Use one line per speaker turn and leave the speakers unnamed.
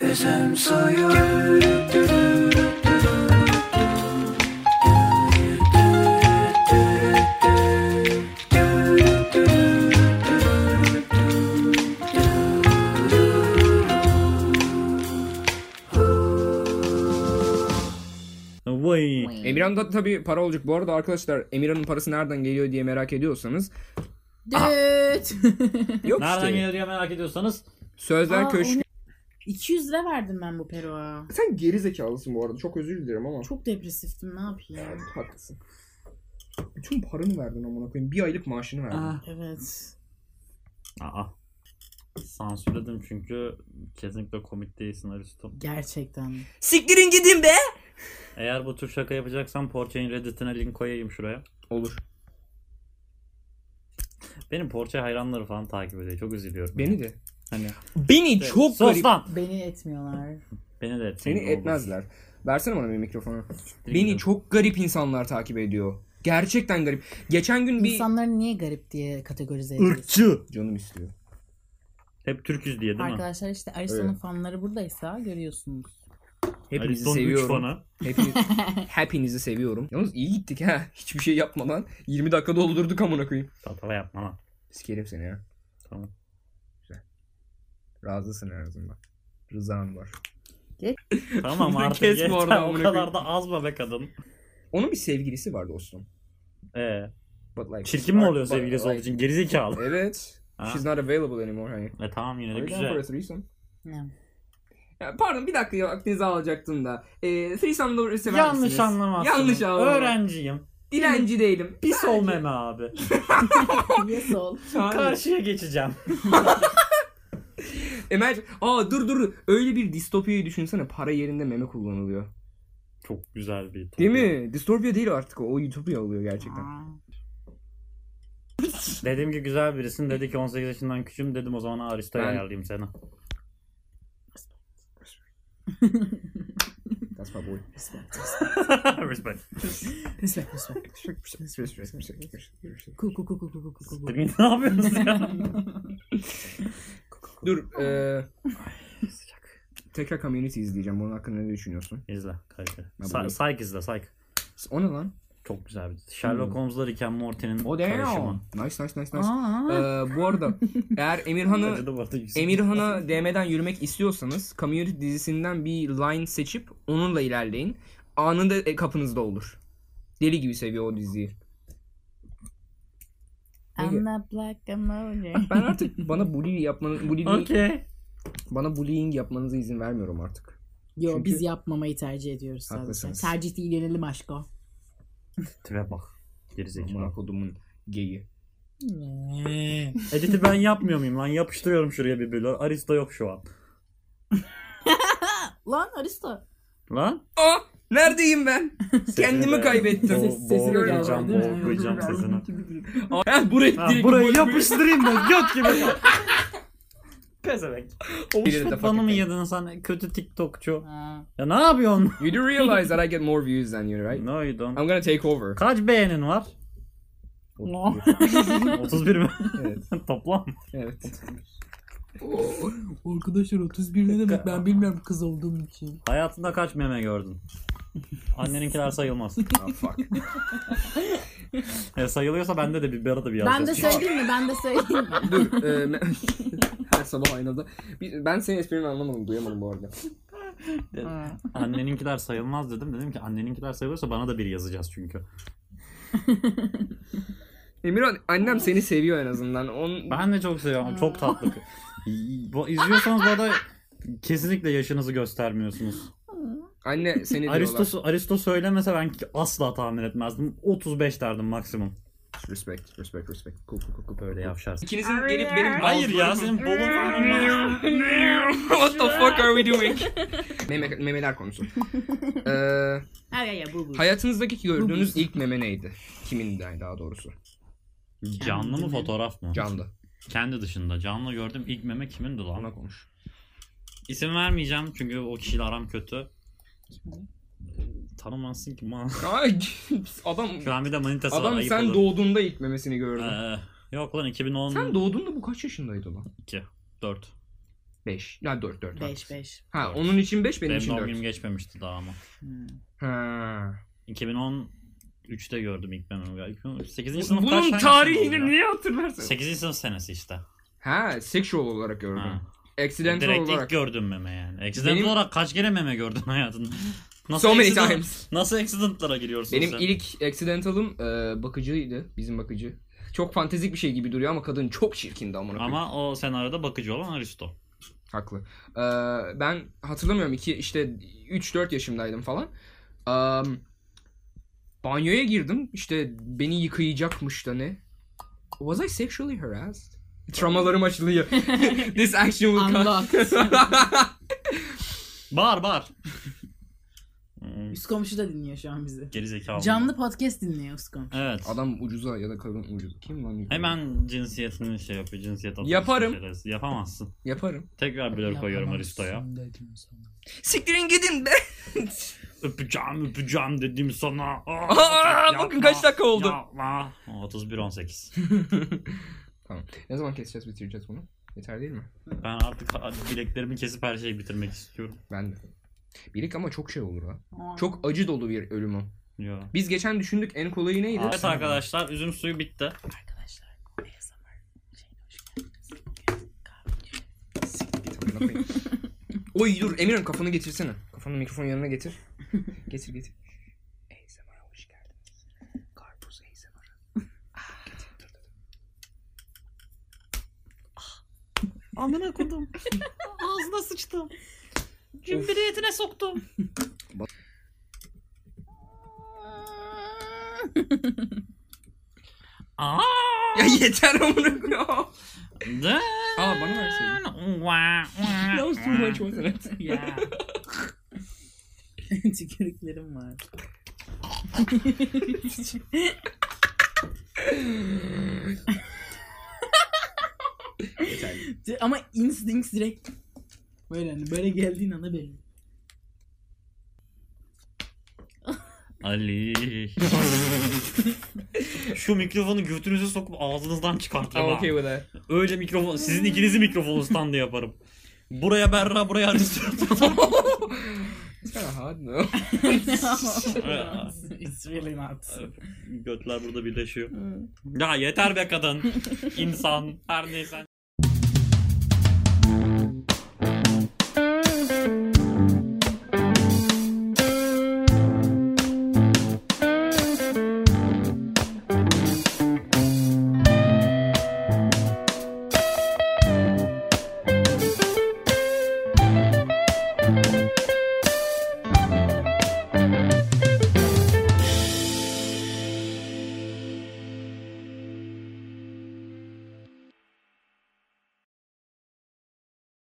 Üzüm suyu
Vay.
Emirhan da tabii para olacak. Bu arada arkadaşlar Emirhan'ın parası nereden geliyor diye merak ediyorsanız.
Düt.
Yok
Nereden
işte.
geliyor diye merak ediyorsanız
Sözler
Aa,
Köşkü.
onu- 200 lira verdim ben bu peruğa.
Sen geri zekalısın bu arada. Çok özür dilerim ama.
Çok depresiftim ne yapayım.
haklısın. Bütün paranı verdin amına koyayım. Bir aylık maaşını verdin.
Ah.
Aa.
Evet.
Aa. Sansürledim çünkü kesinlikle komik değilsin Aristo.
Gerçekten.
Siktirin gidin be.
Eğer bu tür şaka yapacaksan Porsche'nin Reddit'ine link koyayım şuraya.
Olur.
Benim Porsche hayranları falan takip ediyor. Çok üzülüyorum.
Beni de.
Hani,
Beni çok
Sus
garip.
lan!
Beni etmiyorlar.
Beni de et.
Seni
Ne olur.
etmezler. Versene bana bir mikrofonu.
Bilmiyorum.
Beni çok garip insanlar takip ediyor. Gerçekten garip. Geçen gün bir...
İnsanları niye garip diye kategorize ediyoruz?
Irkçı.
Canım istiyor.
Hep Türküz diye değil mi?
Arkadaşlar işte Aristo'nun
Öyle.
fanları buradaysa görüyorsunuz.
Hepinizi
Aristo'nun üç
seviyorum.
fanı.
Hepiniz, hepinizi seviyorum. Yalnız iyi gittik ha. Hiçbir şey yapmadan 20 dakika doldurduk amına koyayım.
Tatava yapma lan.
Sikerim seni ya.
Tamam.
Razısın en azından. Rızan var.
Tamam
Bunu
artık
kesme
yeter.
oradan
o
amına
kadar
koyayım.
da azma be kadın.
Onun bir sevgilisi var dostum.
Ee,
But like,
çirkin mi
But-
oluyor
but
sevgilisi
like-
olduğu için? Gerizekalı.
Evet.
Ha.
She's not available anymore. Hani.
E tamam yine de
Are you down for a
güzel.
threesome?
Ne?
Ya, pardon bir dakika ya vaktinizi alacaktım da. Ee, threesome doğru sever misiniz?
Yanlış anlamazsın.
Yanlış anlama.
Öğrenciyim.
Dilenci değilim.
Pis ol meme abi.
yes ol.
Hayır.
Karşıya geçeceğim.
Emer, aa dur dur öyle bir distopyayı düşünsene para yerinde meme kullanılıyor.
Çok güzel bir
Değil mi? Distopya değil artık o, o utopya oluyor gerçekten.
Aa.
Dedim ki güzel birisin. Dedi ki 18 yaşından küçüğüm. Dedim o zaman Aristo'ya
Ben-
ayarlayayım seni.
That's my boy.
Respect.
Respect, respect. Ku ku ku ku ku ku ku ku.
Dedim, ne yapıyorsunuz ya?
dur, eee tekrar community izleyeceğim. Onun hakkında ne düşünüyorsun?
İzle. Kaliteli.
Ben
Sa-
bunu-
Psych izle. Psych.
O ne lan?
Çok güzel bir dizi. Sherlock Holmes'la Rick and Morty'nin
Hmm. O
karışımı.
damn. Nice nice nice nice.
Aa.
Eee, bu arada eğer Emirhan'ı
Acıdı bu arada yüksek.
Emirhan'a DM'den yürümek istiyorsanız Community dizisinden bir line seçip onunla ilerleyin. Anında e, kapınızda olur. Deli gibi seviyor o diziyi.
I'm not black, I'm only.
Ben artık bana bullying yapmanın bullying,
Okey.
bana bullying yapmanıza izin vermiyorum artık.
Yo
Çünkü-
biz yapmamayı tercih ediyoruz sadece.
Haklısınız.
Tercih değil yönelim aşko.
Tipe bak. Gerizekalı.
Amına kodumun geyi.
Edit'i ben yapmıyor muyum lan? Yapıştırıyorum şuraya bir bölü. Aristo yok şu an.
Lan Aristo.
Lan?
Aa! Neredeyim ben? Kendimi
Sesini de-
kaybettim.
Bo-
Sesini de
Boğulacağım,
gördün mü?
boğulacağım sesini.
Ha, burayı
Ha,
direkt
burayı yapıştırayım da göt gibi. Pezevenk.
Biri de
Fanı mı
fucking-
yedin sen kötü TikTokçu?
Ha.
Ya ne yapıyorsun?
You do realize that I get more views than you, right?
No you don't.
I'm gonna take over.
Kaç beğenin var?
No.
31 mi?
Evet.
Toplam.
Evet.
Arkadaşlar 31 ne demek ben bilmiyorum kız olduğum için.
Hayatında kaç meme gördün? Anneninkiler sayılmaz.
Ah, fuck.
E, sayılıyorsa bende de bir bir arada bir yazacağız.
Ben de söyleyeyim mi? Ben de söyleyeyim mi?
Dur. e, me- her sabah aynada. Bir- Ben senin esprini anlamadım. Duyamadım bu arada.
Ha.
Anneninkiler sayılmaz dedim. Dedim ki anneninkiler sayılıyorsa bana da bir yazacağız çünkü.
Emirhan annem seni seviyor en azından. Onun...
Ben de çok seviyorum. Çok tatlı. Bu izliyorsanız bu arada kesinlikle yaşınızı göstermiyorsunuz.
Anne seni diyorlar.
Aristo, Aristo söylemese ben ki asla tahmin etmezdim. 35 derdim maksimum.
Respect, respect, respect. Cool, cool, cool, cool.
Böyle yavşarsın.
İkinizin gelip benim
Hayır ya senin bolun falan var.
What the fuck are we doing? Meme, memeler konusu. Ee,
Ha ya ya bu bu.
hayatınızdaki gördüğünüz ilk meme neydi? Kimin yani daha doğrusu?
Canlı mı fotoğraf mı?
Canlı.
Kendi dışında. Canlı gördüm ilk meme kimindi
Ona
lan?
konuş.
İsim vermeyeceğim çünkü o kişiyle aram kötü. Ee, Tanımazsın ki man.
Ay, adam
Şu an bir de manitası var
adam
ayıp
sen
olur.
doğduğunda ilk memesini gördün.
Ee, yok lan 2010
Sen doğduğunda bu kaç yaşındaydı lan?
2 4
5. Ya 4 4.
5 5.
Ha
Dört.
onun için 5 benim,
Benim
için
doğum günüm
4.
geçmemişti daha ama.
Ha.
2013'te gördüm ilk mememi galiba. 8. sınıf
Bunun
kaç
tarihini niye hatırlarsın?
8. sınıf senesi işte.
Ha, sexual olarak gördüm.
Ha.
Accidental
Direkt
olarak.
ilk gördüm meme yani. Accident
Benim-
olarak kaç kere meme gördün hayatında?
so many
accident-
times.
Nasıl accidentlara giriyorsun
Benim
sen?
ilk accidental'ım e, bakıcıydı. Bizim bakıcı. Çok fantezik bir şey gibi duruyor ama kadın çok çirkindi amına koyayım.
Ama o senaryoda bakıcı olan Aristo.
Haklı. Ee, ben hatırlamıyorum iki işte 3-4 yaşımdaydım falan. Am, banyoya girdim. İşte beni yıkayacakmış da ne? Was I sexually harassed? Travmalarım açılıyor. This action will come.
Unlocked.
Bağır bağır.
Üst komşu da dinliyor şu an bizi.
Geri zekalı.
Canlı podcast dinliyor üst komşu.
Evet.
Adam ucuza ya da kadın ucuza. Kim lan? ucuza?
Hemen cinsiyetini şey yapıyor. Cinsiyet atıyorsun
Yaparım.
şerefsiz. Yapamazsın.
Yaparım.
Tekrar blur koyuyorum Aristo'ya.
Siktirin gidin be.
Öpeceğim öpeceğim dedim sana. Aa,
Aa,
yapma,
bakın kaç dakika oldu.
Yapma. 31-18.
ne zaman keseceğiz bitireceğiz bunu? Yeter değil mi?
ben artık bileklerimi kesip her şeyi bitirmek istiyorum.
Ben de. Birik ama çok şey olur ha. Çok acı dolu bir ölüm o.
Yo.
Biz geçen düşündük en kolayı neydi?
Evet arkadaşlar üzüm suyu bitti.
Arkadaşlar ASMR şeyine hoş geldiniz.
Oy dur Emirhan kafanı getirsene. Kafanı mikrofonun yanına getir. getir getir. ASMR'a hoş geldiniz. Karpuz ASMR. getir dur dur.
Amına kodum. Ağzına sıçtım. Cümbüriyetine soktum.
Bak-
Aa,
Ya yeter amına koyayım.
de-
Aa bana verseydin. That was too much wasn't it?
ya. Tükürüklerim var.
Yeter.
Ama instincts direkt böyle hani böyle geldiğin anda belli.
Ali. Şu mikrofonu götünüze sokup ağzınızdan çıkartın.
I'm
ha.
okay with that.
Öyle mikrofon, sizin ikinizi mikrofonu standı yaparım. Buraya Berra, buraya Aristotle.
It's kinda hard no?
It's really not.
Götler burada birleşiyor. Ya yeter be kadın. İnsan. Her neyse.